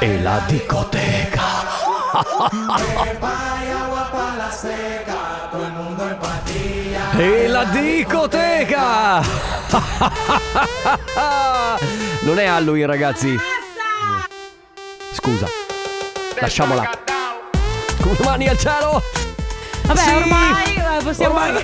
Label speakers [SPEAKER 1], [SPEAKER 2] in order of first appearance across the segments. [SPEAKER 1] e la discoteca. E la discoteca! Non è Halloween, ragazzi. Scusa. Lasciamola. Con le mani al cielo.
[SPEAKER 2] Vabbè,
[SPEAKER 1] Sì.
[SPEAKER 2] ormai eh, possiamo.
[SPEAKER 1] Ormai-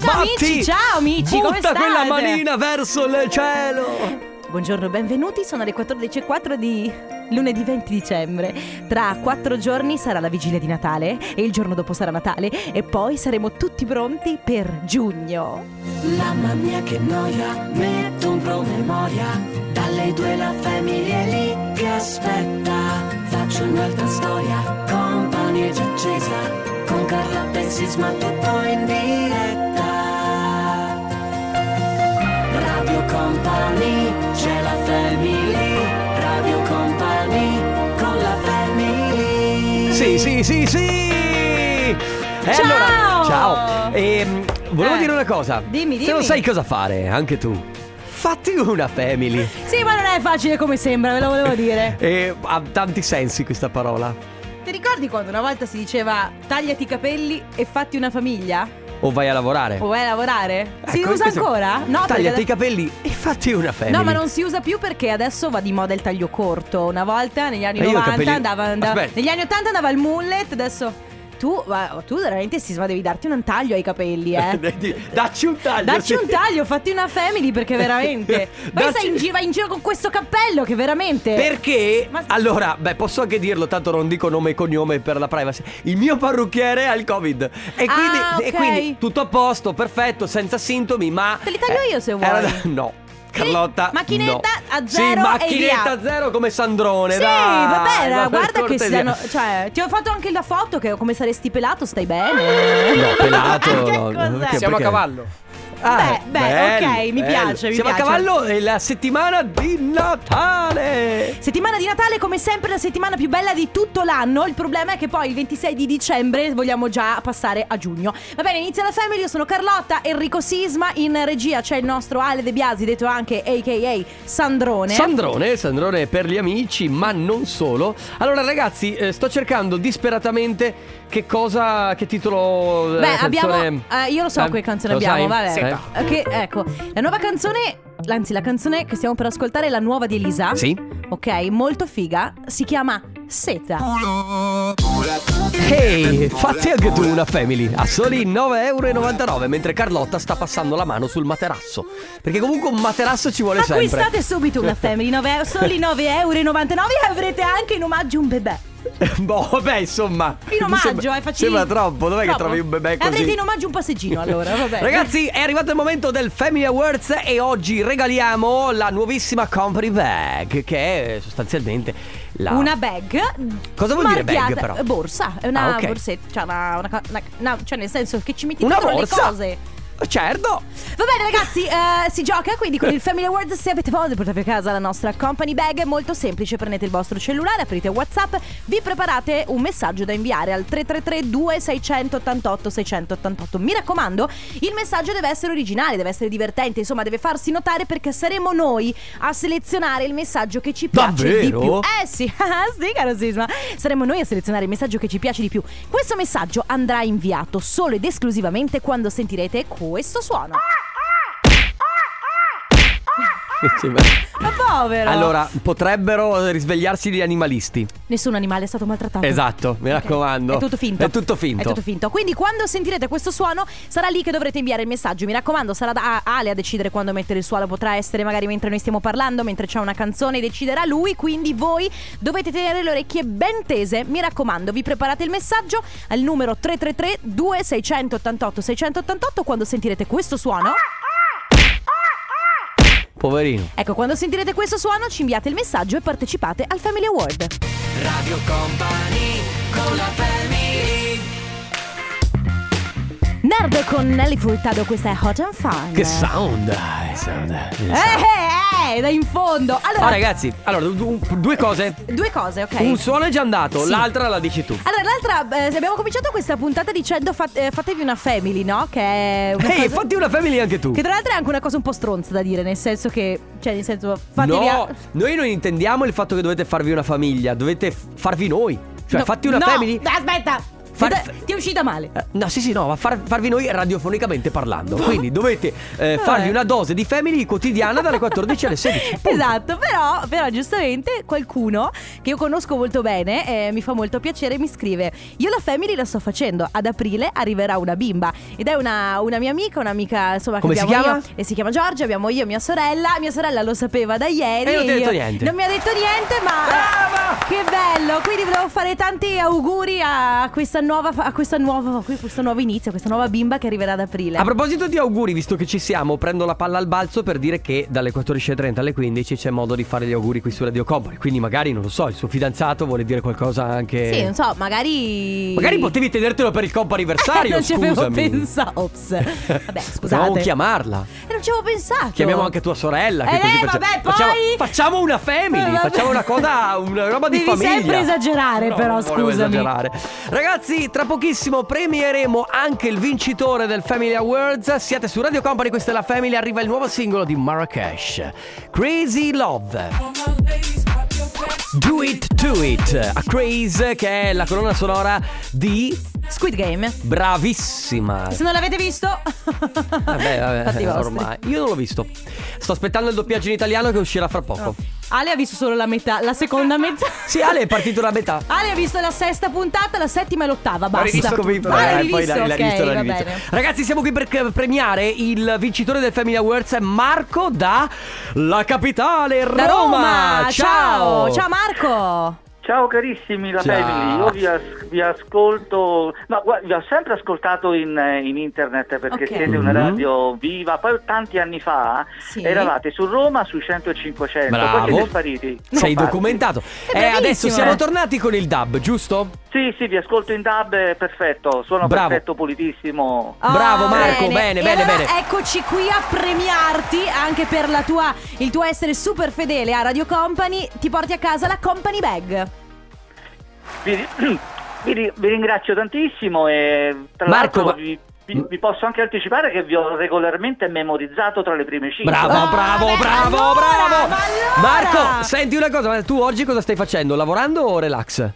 [SPEAKER 2] Ciao amici, ciao amici, come
[SPEAKER 1] Butta
[SPEAKER 2] state?
[SPEAKER 1] quella manina verso il cielo.
[SPEAKER 2] Buongiorno, benvenuti. Sono le 14.04 di lunedì 20 dicembre. Tra quattro giorni sarà la vigilia di Natale e il giorno dopo sarà Natale e poi saremo tutti pronti per giugno.
[SPEAKER 3] Mamma mia che noia, metto un promemoria Dalle due la famiglia è lì che aspetta Faccio un'altra storia, compagnia già accesa Con Carla e Sisma tutto in diretta Radio Company, c'è la family Radio Company, con la family
[SPEAKER 1] Sì, sì, sì, sì! E
[SPEAKER 2] Ciao!
[SPEAKER 1] allora, ciao! Ehm, volevo
[SPEAKER 2] Eh.
[SPEAKER 1] dire una cosa.
[SPEAKER 2] Dimmi,
[SPEAKER 1] Se non
[SPEAKER 2] dimmi.
[SPEAKER 1] sai cosa fare, anche tu, fatti una family.
[SPEAKER 2] Sì, ma non è facile come sembra, ve lo volevo dire.
[SPEAKER 1] E ha tanti sensi questa parola.
[SPEAKER 2] Ti ricordi quando una volta si diceva tagliati i capelli e fatti una famiglia?
[SPEAKER 1] O vai a lavorare.
[SPEAKER 2] O vai a lavorare? Oh. si
[SPEAKER 1] Ecco,
[SPEAKER 2] usa
[SPEAKER 1] questo-
[SPEAKER 2] ancora? No, perché-
[SPEAKER 1] Tagliati i capelli e fatti una family.
[SPEAKER 2] No, ma non si usa più perché adesso va di moda il taglio corto. Una volta negli anni
[SPEAKER 1] Eh, io ho
[SPEAKER 2] 90
[SPEAKER 1] capelli-
[SPEAKER 2] andava, andava-
[SPEAKER 1] Aspetta.
[SPEAKER 2] negli anni 80 andava il mullet, adesso tu, va- tu veramente Sisma devi darti un taglio ai capelli, eh.
[SPEAKER 1] Dacci un taglio.
[SPEAKER 2] Dacci
[SPEAKER 1] sì.
[SPEAKER 2] un taglio, fatti una family perché veramente. Poi
[SPEAKER 1] Dacci-
[SPEAKER 2] stai in giro, vai in giro con questo cappello che veramente.
[SPEAKER 1] Perché?
[SPEAKER 2] Ma-
[SPEAKER 1] Allora, beh, posso anche dirlo, tanto non dico nome e cognome per la privacy. Il mio parrucchiere ha il Covid. E
[SPEAKER 2] Ah,
[SPEAKER 1] quindi, e
[SPEAKER 2] ok.
[SPEAKER 1] quindi tutto a posto, perfetto, senza sintomi, ma. eh,
[SPEAKER 2] Te li taglio io se vuoi.
[SPEAKER 1] era da- no. Carlotta,
[SPEAKER 2] Sì, macchinetta
[SPEAKER 1] no.
[SPEAKER 2] a zero
[SPEAKER 1] Sì,
[SPEAKER 2] e
[SPEAKER 1] macchinetta
[SPEAKER 2] via.
[SPEAKER 1] a zero come Sandrone.
[SPEAKER 2] Sì,
[SPEAKER 1] dai,
[SPEAKER 2] va bene,
[SPEAKER 1] ma per
[SPEAKER 2] guarda che
[SPEAKER 1] cortesia.
[SPEAKER 2] siano. Cioè, ti ho fatto anche la foto che come saresti pelato, stai bene.
[SPEAKER 1] No, pelato.
[SPEAKER 2] Che
[SPEAKER 1] no,
[SPEAKER 2] cos'è?
[SPEAKER 1] perché- perché-
[SPEAKER 4] Siamo a cavallo.
[SPEAKER 1] Ah,
[SPEAKER 2] Beh, beh,
[SPEAKER 1] bello,
[SPEAKER 2] ok, mi
[SPEAKER 1] bello.
[SPEAKER 2] piace, mi
[SPEAKER 1] Siamo
[SPEAKER 2] piace.
[SPEAKER 1] a cavallo e la settimana di Natale.
[SPEAKER 2] Settimana di Natale, come sempre, la settimana più bella di tutto l'anno. Il problema è che poi il 26 di dicembre vogliamo già passare a giugno. Va bene, inizia la family. Io sono Carlotta, Enrico Sisma. In regia c'è il nostro Ale De Biasi, detto anche AKA Sandrone.
[SPEAKER 1] Sandrone, Sandrone per gli amici, ma non solo. Allora, ragazzi, eh, sto cercando disperatamente che cosa, che titolo. eh,
[SPEAKER 2] Beh,
[SPEAKER 1] canzone-
[SPEAKER 2] abbiamo. eh, io lo so
[SPEAKER 1] Eh,
[SPEAKER 2] che canzone
[SPEAKER 1] lo
[SPEAKER 2] abbiamo,
[SPEAKER 1] sai?
[SPEAKER 2] vabbè.
[SPEAKER 1] Senta.
[SPEAKER 2] Eh, che- ecco, la nuova canzone. Anzi, la canzone che stiamo per ascoltare è la nuova di Elisa.
[SPEAKER 1] Sì.
[SPEAKER 2] Ok, molto figa. Si chiama Seta.
[SPEAKER 1] Ehi, fatti anche tu una family a soli 9,99€ mentre Carlotta sta passando la mano sul materasso. Perché comunque un materasso ci vuole sempre.
[SPEAKER 2] Acquistate subito una Family, 9 euro, soli 9,99 euro e avrete anche in omaggio un bebè.
[SPEAKER 1] boh, beh, insomma.
[SPEAKER 2] In
[SPEAKER 1] mi
[SPEAKER 2] omaggio,
[SPEAKER 1] sembra,
[SPEAKER 2] eh, facili.
[SPEAKER 1] Sembra troppo, dov'è che trovi un bebè così?
[SPEAKER 2] Avrete in omaggio un passeggino allora, vabbè.
[SPEAKER 1] Ragazzi, è arrivato il momento del Family Awards e oggi regaliamo la nuovissima Company Bag, che è sostanzialmente la...
[SPEAKER 2] Una bag.
[SPEAKER 1] Cosa vuol dire
[SPEAKER 2] marchiata-
[SPEAKER 1] bag, però?
[SPEAKER 2] eh, Borsa, è una
[SPEAKER 1] Ah, ok.
[SPEAKER 2] borsetta, cioè, una, una ca- una- una- cioè nel senso che ci metti
[SPEAKER 1] Una
[SPEAKER 2] dentro
[SPEAKER 1] borsa?
[SPEAKER 2] le cose.
[SPEAKER 1] Certo!
[SPEAKER 2] Va bene ragazzi, eh, si gioca quindi con il Family Award se avete voglia di portarvi a casa la nostra company bag, è molto semplice, prendete il vostro cellulare, aprite Whatsapp, vi preparate un messaggio da inviare al 333 2688 688. Mi raccomando, il messaggio deve essere originale, deve essere divertente, insomma deve farsi notare perché saremo noi a selezionare il messaggio che ci piace di
[SPEAKER 1] Davvero?
[SPEAKER 2] più. Eh sì, ah, sì caro Sisma, saremo noi a selezionare il messaggio che ci piace di più. Questo messaggio andrà inviato solo ed esclusivamente quando sentirete questo suono.
[SPEAKER 1] Sì, ma-
[SPEAKER 2] Ma povero!
[SPEAKER 1] Allora, potrebbero risvegliarsi gli animalisti.
[SPEAKER 2] Nessun animale è stato maltrattato.
[SPEAKER 1] Esatto, mi
[SPEAKER 2] Ok.
[SPEAKER 1] raccomando.
[SPEAKER 2] È tutto finto.
[SPEAKER 1] È tutto finto.
[SPEAKER 2] È tutto finto. Quindi quando sentirete questo suono sarà lì che dovrete inviare il messaggio. Mi raccomando, sarà da- a- Ale a decidere quando mettere il suono. Potrà essere magari mentre noi stiamo parlando, mentre c'è una canzone, deciderà lui. Quindi voi dovete tenere le orecchie ben tese. Mi raccomando, vi preparate il messaggio al numero 333 2688 688 quando sentirete questo suono.
[SPEAKER 1] Poverino.
[SPEAKER 2] Ecco, quando sentirete questo suono ci inviate il messaggio e partecipate al Family Award. Nerd con Nelly Furtado, questa è Hot and Fun.
[SPEAKER 1] Che sound! eh, sound, eh,
[SPEAKER 2] Eh,
[SPEAKER 1] sound.
[SPEAKER 2] eh, Eh, da in fondo. Allora,
[SPEAKER 1] Ah, ragazzi, allora, du- du- due cose.
[SPEAKER 2] due cose, ok.
[SPEAKER 1] Un suono è già andato,
[SPEAKER 2] Sì.
[SPEAKER 1] l'altra la dici tu.
[SPEAKER 2] Allora, l'altra, eh, se abbiamo cominciato questa puntata dicendo fat- eh, fatevi una family, no? Che è una
[SPEAKER 1] Ehi,
[SPEAKER 2] cosa-
[SPEAKER 1] fatti una family anche tu.
[SPEAKER 2] Che tra l'altro è anche una cosa un po' stronza da dire, nel senso che, cioè, nel senso, fatevi
[SPEAKER 1] No,
[SPEAKER 2] a-
[SPEAKER 1] noi non intendiamo il fatto che dovete farvi una famiglia, dovete f- farvi noi. Cioè,
[SPEAKER 2] No,
[SPEAKER 1] fatti una
[SPEAKER 2] no,
[SPEAKER 1] family.
[SPEAKER 2] Aspetta,
[SPEAKER 1] Far-
[SPEAKER 2] Ti- ti è uscita male.
[SPEAKER 1] Eh, No, sì, sì, no, ma far- farvi noi radiofonicamente parlando. Quindi dovete eh,
[SPEAKER 2] Boh. Eh.
[SPEAKER 1] farvi una dose di family quotidiana dalle 14 alle 16. punto.
[SPEAKER 2] Esatto, però, però giustamente qualcuno che io conosco molto bene, eh, mi fa molto piacere, mi scrive: Io la family la sto facendo, ad aprile arriverà una bimba. Ed è una, una mia amica, un'amica insomma
[SPEAKER 1] Come
[SPEAKER 2] che
[SPEAKER 1] si
[SPEAKER 2] abbiamo
[SPEAKER 1] chiama?
[SPEAKER 2] io. E si chiama Giorgia, abbiamo io e mia sorella. Mia sorella lo sapeva da ieri.
[SPEAKER 1] E non ti ha detto
[SPEAKER 2] io-
[SPEAKER 1] niente.
[SPEAKER 2] Non mi ha detto niente, ma.
[SPEAKER 1] Brava!
[SPEAKER 2] Che bello! Quindi volevo fare tanti auguri a questa nuova, fa- a questa nuova, a questo nuovo inizio, a questa nuova bimba che arriverà ad aprile.
[SPEAKER 1] A proposito di auguri, visto che ci siamo, prendo la palla al balzo per dire che dalle 14.30 alle 15 c'è modo di fare gli auguri qui su Radio Company. Quindi magari, non lo so, il suo fidanzato vuole dire qualcosa anche...
[SPEAKER 2] Sì, non so, magari.
[SPEAKER 1] Magari potevi tenertelo per il compo anniversario,
[SPEAKER 2] non ci avevo
[SPEAKER 1] scusami.
[SPEAKER 2] pensato. Ops. Vabbè,
[SPEAKER 1] Potevamo
[SPEAKER 2] scusate.
[SPEAKER 1] chiamarla.
[SPEAKER 2] Eh, non ci avevo pensato.
[SPEAKER 1] Chiamiamo anche tua sorella. Che
[SPEAKER 2] Eh,
[SPEAKER 1] così
[SPEAKER 2] eh,
[SPEAKER 1] faccia-
[SPEAKER 2] vabbè, poi-
[SPEAKER 1] facciamo, facciamo una family.
[SPEAKER 2] Eh, vabbè.
[SPEAKER 1] facciamo una cosa, una roba di
[SPEAKER 2] Devi
[SPEAKER 1] famiglia.
[SPEAKER 2] sempre esagerare,
[SPEAKER 1] No,
[SPEAKER 2] però,
[SPEAKER 1] non volevo
[SPEAKER 2] scusami.
[SPEAKER 1] esagerare. Ragazzi, tra pochissimo premieremo anche il vincitore del Family Awards. Siete su Radio Company, questa è la Family. Arriva il nuovo singolo di Marrakesh, Crazy Love. Do it to it. A Craze, che è la colonna sonora di.
[SPEAKER 2] Squid Game.
[SPEAKER 1] Bravissima. Ah,
[SPEAKER 2] Se non l'avete visto,
[SPEAKER 1] Vabbè,
[SPEAKER 2] fatti
[SPEAKER 1] vabbè,
[SPEAKER 2] i vostri.
[SPEAKER 1] ormai. Io non l'ho visto. Sto aspettando il doppiaggio in italiano che uscirà fra poco.
[SPEAKER 2] Ale ha visto solo la metà, la seconda metà.
[SPEAKER 1] Sì, Ale è partito da metà.
[SPEAKER 2] Ale ha visto la sesta puntata, la settima e l'ottava. Basta.
[SPEAKER 1] Come- eh,
[SPEAKER 2] Ah, l'hai
[SPEAKER 1] poi
[SPEAKER 2] visto?
[SPEAKER 1] l'hai- l'hai
[SPEAKER 2] Ok,
[SPEAKER 1] visto, l'hai
[SPEAKER 2] va
[SPEAKER 1] visto.
[SPEAKER 2] bene.
[SPEAKER 1] Ragazzi, siamo qui per c- premiare il vincitore del Family Awards, Marco da la capitale Roma.
[SPEAKER 2] Da Roma. Ciao. Ciao Marco.
[SPEAKER 4] Ciao carissimi la
[SPEAKER 1] Ciao.
[SPEAKER 4] Family, io vi, as- vi ascolto, ma guarda, vi ho sempre ascoltato in, eh, in internet perché
[SPEAKER 2] Ok.
[SPEAKER 4] siete una
[SPEAKER 1] Mhm.
[SPEAKER 4] radio viva, poi tanti anni fa
[SPEAKER 2] Sì.
[SPEAKER 4] eravate su Roma su 100 e 500,
[SPEAKER 1] Bravo.
[SPEAKER 4] poi siete spariti.
[SPEAKER 1] Sei
[SPEAKER 4] Scomparsi.
[SPEAKER 1] documentato.
[SPEAKER 2] È
[SPEAKER 1] Eh,
[SPEAKER 2] bravissimo,
[SPEAKER 1] adesso siamo
[SPEAKER 2] eh.
[SPEAKER 1] tornati con il DAB, giusto?
[SPEAKER 4] Sì, sì, vi ascolto in DAB, eh, perfetto, sono
[SPEAKER 1] Bravo.
[SPEAKER 4] perfetto, pulitissimo.
[SPEAKER 2] Ah,
[SPEAKER 1] Bravo, Marco, bene,
[SPEAKER 2] E
[SPEAKER 1] bene,
[SPEAKER 2] allora
[SPEAKER 1] bene.
[SPEAKER 2] Eccoci qui a premiarti anche per la tua, il tuo essere super fedele a Radio Company. Ti porti a casa la Company Bag.
[SPEAKER 4] Vi, vi ri- vi ringrazio tantissimo e tra
[SPEAKER 1] Marco,
[SPEAKER 4] l'altro
[SPEAKER 1] ma-
[SPEAKER 4] vi, vi- vi posso anche anticipare che vi ho regolarmente memorizzato tra le prime 5.
[SPEAKER 1] Bravo,
[SPEAKER 2] Ah,
[SPEAKER 1] bravo,
[SPEAKER 2] beh,
[SPEAKER 1] bravo,
[SPEAKER 2] allora,
[SPEAKER 1] bravo.
[SPEAKER 2] ma allora.
[SPEAKER 1] Marco, senti una cosa, ma tu oggi cosa stai facendo? Lavorando o relax?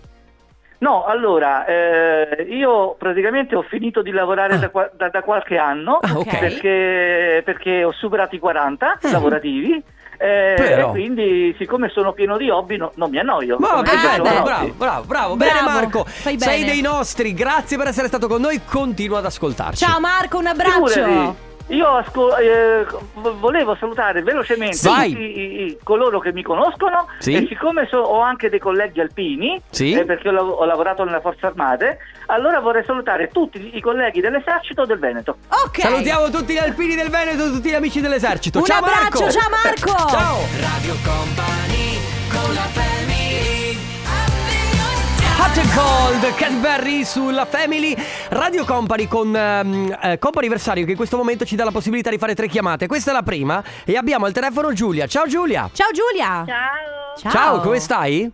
[SPEAKER 4] No, allora, eh, io praticamente ho finito di lavorare da, qua- da- da qualche anno
[SPEAKER 1] Ah, ok. Mm.
[SPEAKER 4] perché, perché ho superato i 40 lavorativi eh,
[SPEAKER 1] Però.
[SPEAKER 4] e quindi siccome sono pieno di hobby no- non mi annoio.
[SPEAKER 1] Ma
[SPEAKER 4] Come
[SPEAKER 1] che
[SPEAKER 4] tutti i
[SPEAKER 1] bello,
[SPEAKER 4] giovanotti.
[SPEAKER 1] bravo, bravo, bravo. Bene
[SPEAKER 2] Bravo,
[SPEAKER 1] Marco,
[SPEAKER 2] fai
[SPEAKER 1] sei
[SPEAKER 2] bene.
[SPEAKER 1] dei nostri, grazie per essere stato con noi, continua ad ascoltarci.
[SPEAKER 2] Ciao Marco, un abbraccio.
[SPEAKER 4] Figurati, Io asco- eh, vo- volevo salutare velocemente
[SPEAKER 1] Sì.
[SPEAKER 4] tutti i- i- coloro che mi conoscono
[SPEAKER 1] Sì.
[SPEAKER 4] e siccome so- ho anche dei colleghi alpini,
[SPEAKER 1] Sì.
[SPEAKER 4] eh, perché ho, lav- ho lavorato nelle forze armate, allora vorrei salutare tutti i colleghi dell'esercito del Veneto.
[SPEAKER 2] Ok.
[SPEAKER 1] Salutiamo tutti gli alpini del Veneto, tutti gli amici dell'esercito.
[SPEAKER 2] Un
[SPEAKER 1] ciao
[SPEAKER 2] abbraccio,
[SPEAKER 1] Marco.
[SPEAKER 2] ciao Marco.
[SPEAKER 1] ciao. Hot and Cold, Cat Berry sulla Family Radio Company con ehm, eh, Companiversario che in questo momento ci dà la possibilità di fare tre chiamate. Questa è la prima e abbiamo al telefono Giulia. Ciao Giulia.
[SPEAKER 2] Ciao Giulia.
[SPEAKER 5] Ciao.
[SPEAKER 2] Ciao.
[SPEAKER 1] come stai?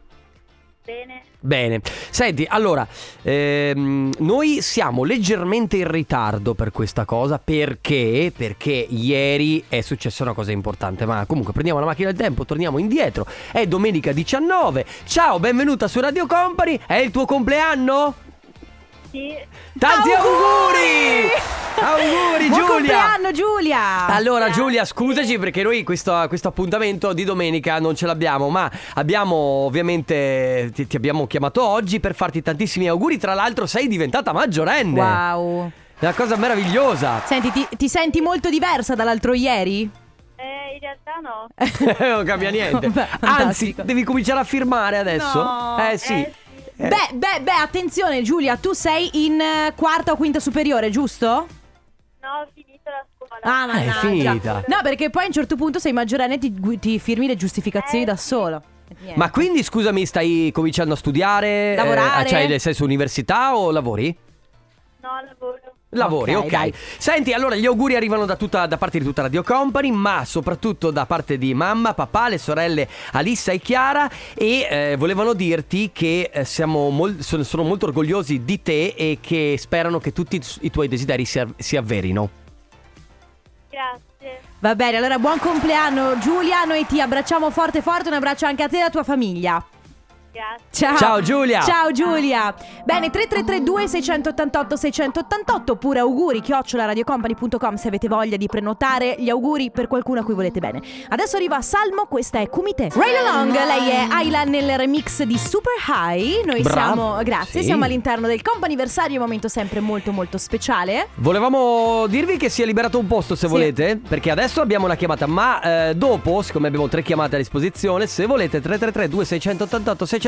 [SPEAKER 5] Bene.
[SPEAKER 1] Bene, senti, allora, ehm, noi siamo leggermente in ritardo per questa cosa perché, perché ieri è successa una cosa importante, ma comunque prendiamo la macchina del tempo, torniamo indietro, è domenica 19, ciao, benvenuta su Radio Company, è il tuo compleanno?
[SPEAKER 5] Sì.
[SPEAKER 1] Tanti auguri! Auguri
[SPEAKER 2] Buon
[SPEAKER 1] Giulia!
[SPEAKER 2] compleanno Giulia.
[SPEAKER 1] Allora Giulia, scusaci perché noi questo, questo appuntamento di domenica non ce l'abbiamo, ma abbiamo ovviamente ti, ti abbiamo chiamato oggi per farti tantissimi auguri, tra l'altro sei diventata maggiorenne.
[SPEAKER 2] Wow.
[SPEAKER 1] Una cosa meravigliosa.
[SPEAKER 2] Senti, ti, ti senti molto diversa dall'altro ieri?
[SPEAKER 5] Eh, in realtà no.
[SPEAKER 1] non cambia niente.
[SPEAKER 2] Fantastico.
[SPEAKER 1] Anzi, devi cominciare a firmare adesso.
[SPEAKER 2] No.
[SPEAKER 1] Eh sì.
[SPEAKER 5] Eh,
[SPEAKER 1] Eh.
[SPEAKER 2] Beh, beh, beh, attenzione Giulia, tu sei in eh, quarta o quinta superiore, giusto?
[SPEAKER 5] No, ho finito la scuola.
[SPEAKER 2] Ah,
[SPEAKER 1] Ah, è
[SPEAKER 2] mannaggia.
[SPEAKER 1] finita.
[SPEAKER 2] No, perché poi a un certo punto sei maggiorenne e ti, gu- ti firmi le giustificazioni
[SPEAKER 5] Eh,
[SPEAKER 2] da
[SPEAKER 5] sì.
[SPEAKER 2] solo. Niente.
[SPEAKER 1] Ma quindi scusami, stai cominciando a studiare?
[SPEAKER 2] Lavorare?
[SPEAKER 1] Eh, cioè, nel senso università o lavori?
[SPEAKER 5] No, lavoro.
[SPEAKER 1] Lavori, ok.
[SPEAKER 2] Ok, dai.
[SPEAKER 1] Senti, allora gli auguri arrivano da, tutta, da parte di tutta Radio Company, ma soprattutto da parte di mamma, papà, le sorelle Alissa e Chiara e eh, volevano dirti che eh, siamo mol- sono, sono molto orgogliosi di te e che sperano che tutti i tuoi desideri si, av- si avverino.
[SPEAKER 5] Grazie.
[SPEAKER 2] Va bene, allora buon compleanno Giulia, noi ti abbracciamo forte forte, un abbraccio anche a te e alla tua famiglia.
[SPEAKER 5] Grazie.
[SPEAKER 2] Ciao.
[SPEAKER 1] Ciao, Giulia. Ah.
[SPEAKER 2] Ciao Giulia. Bene, 3332 688 688 oppure auguri chioccioladiocompany.com se avete voglia di prenotare gli auguri per qualcuno a cui volete bene. Adesso arriva Salmo, questa è Kumite. Rail Along, lei è Ayla nel remix di Super High. Noi
[SPEAKER 1] Bravo.
[SPEAKER 2] siamo, grazie,
[SPEAKER 1] Sì.
[SPEAKER 2] siamo all'interno del comp'anniversario, un momento sempre molto molto speciale.
[SPEAKER 1] Volevamo dirvi che si è liberato un posto se
[SPEAKER 2] Sì.
[SPEAKER 1] volete, perché adesso abbiamo una chiamata, ma eh, dopo, siccome abbiamo tre chiamate a disposizione, se volete 333 2688 688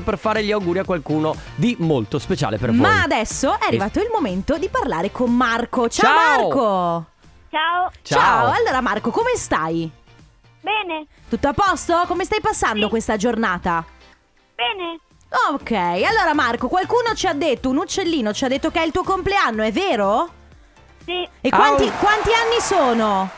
[SPEAKER 1] per fare gli auguri a qualcuno di molto speciale per voi.
[SPEAKER 2] Ma adesso è arrivato il momento di parlare con Marco. Ciao,
[SPEAKER 1] Ciao.
[SPEAKER 2] Marco.
[SPEAKER 5] Ciao.
[SPEAKER 1] Ciao.
[SPEAKER 2] Allora Marco, come stai?
[SPEAKER 5] Bene,
[SPEAKER 2] Tutto a posto? Come stai passando
[SPEAKER 5] Sì.
[SPEAKER 2] questa giornata?
[SPEAKER 5] bene.
[SPEAKER 2] Ok, allora Marco, qualcuno ci ha detto, un uccellino ci ha detto che è il tuo compleanno, è vero?
[SPEAKER 5] Sì,
[SPEAKER 2] E quanti,
[SPEAKER 1] Au.
[SPEAKER 2] quanti anni sono?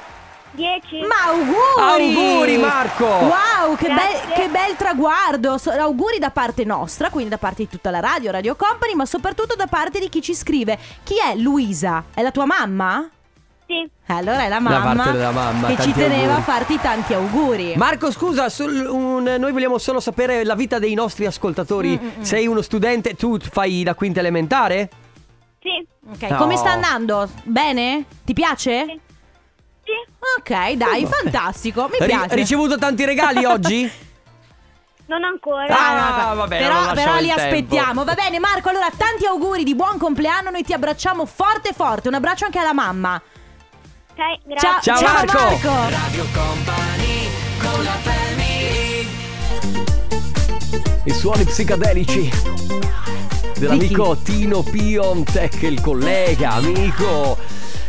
[SPEAKER 5] 10.
[SPEAKER 2] Ma auguri!
[SPEAKER 1] Auguri, Marco!
[SPEAKER 2] Wow, che
[SPEAKER 5] Grazie.
[SPEAKER 2] bel, che bel traguardo! So- auguri da parte nostra, quindi da parte di tutta la radio, Radio Company, ma soprattutto da parte di chi ci scrive. Chi è Luisa? È la tua mamma?
[SPEAKER 5] Sì,
[SPEAKER 2] Eh, Allora è la
[SPEAKER 1] Da
[SPEAKER 2] mamma,
[SPEAKER 1] parte della mamma,
[SPEAKER 2] che ci
[SPEAKER 1] tanti
[SPEAKER 2] teneva
[SPEAKER 1] auguri.
[SPEAKER 2] a farti tanti auguri.
[SPEAKER 1] Marco, scusa, sul- un- noi vogliamo solo sapere la vita dei nostri ascoltatori.
[SPEAKER 2] Mm,
[SPEAKER 1] Sei uno studente, tu fai la quinta elementare?
[SPEAKER 5] sì,
[SPEAKER 2] Ok,
[SPEAKER 1] No.
[SPEAKER 2] come sta andando? Bene? Ti piace?
[SPEAKER 5] Sì. sì.
[SPEAKER 2] Ok, dai, fantastico, mi
[SPEAKER 1] Ri-
[SPEAKER 2] piace.
[SPEAKER 1] ricevuto tanti regali oggi?
[SPEAKER 5] Non ancora.
[SPEAKER 1] Ah,
[SPEAKER 2] no, no, no.
[SPEAKER 1] vabbè, non
[SPEAKER 2] però,
[SPEAKER 1] lasciamo
[SPEAKER 2] però
[SPEAKER 1] il
[SPEAKER 2] li
[SPEAKER 1] tempo.
[SPEAKER 2] aspettiamo. Va bene, Marco. Allora, tanti auguri di buon compleanno. Noi ti abbracciamo forte, forte. Un abbraccio anche alla mamma.
[SPEAKER 5] Ok, grazie.
[SPEAKER 2] Ciao,
[SPEAKER 1] Ciao, Marco. I suoni psicadelici dell'amico Tino Piontek, il collega, amico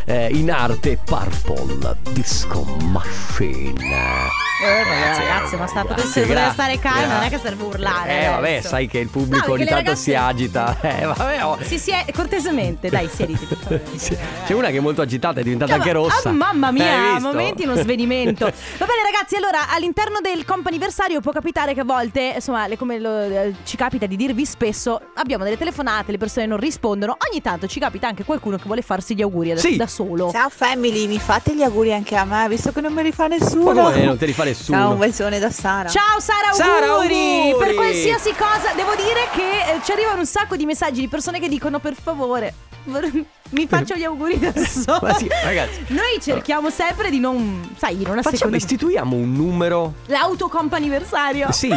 [SPEAKER 1] eh, in arte Purple Disco Machine.
[SPEAKER 2] Eh, vabbè, ragazzi, ma sta- potesse- poteva stare calmo, non è che serve urlare
[SPEAKER 1] Eh,
[SPEAKER 2] adesso.
[SPEAKER 1] vabbè, sai che il
[SPEAKER 2] No,
[SPEAKER 1] pubblico
[SPEAKER 2] perché
[SPEAKER 1] ogni
[SPEAKER 2] le
[SPEAKER 1] tanto
[SPEAKER 2] ragazze-
[SPEAKER 1] si agita. Eh, vabbè, oh.
[SPEAKER 2] Sì, sì, eh, cortesemente. Dai, siediti. per favore.
[SPEAKER 1] C'è una che è molto agitata, è diventata
[SPEAKER 2] Cioè,
[SPEAKER 1] anche
[SPEAKER 2] ma-
[SPEAKER 1] rossa. Eh,
[SPEAKER 2] ah, mamma
[SPEAKER 1] Hai
[SPEAKER 2] mia, a
[SPEAKER 1] visto?
[SPEAKER 2] momenti uno svenimento. Va bene, ragazzi, allora all'interno del comp'anniversario può capitare che a volte, insomma, le- come lo- eh, ci capita di dirvi spesso, abbiamo delle telefonate, le persone non rispondono. Ogni tanto ci capita anche qualcuno che vuole farsi gli auguri da,
[SPEAKER 1] Sì.
[SPEAKER 2] da solo.
[SPEAKER 6] Ciao family, mi fate gli auguri anche a me, visto che non me li fa
[SPEAKER 1] Ma
[SPEAKER 6] nessuno.
[SPEAKER 1] come non te li fa nessuno?
[SPEAKER 6] Ciao, un bacione da Sara.
[SPEAKER 2] Ciao Sara,
[SPEAKER 1] Sara, auguri!
[SPEAKER 2] Per qualsiasi cosa, devo dire che eh, ci arrivano un sacco di messaggi di persone che dicono per favore. vor- Mi faccio gli auguri da solo.
[SPEAKER 1] Ma sì, ragazzi.
[SPEAKER 2] Noi cerchiamo sempre di non, sai, di non
[SPEAKER 1] Facciamo,
[SPEAKER 2] assecondare
[SPEAKER 1] istituiamo un numero
[SPEAKER 2] l'autocomp'anniversario.
[SPEAKER 1] Sì.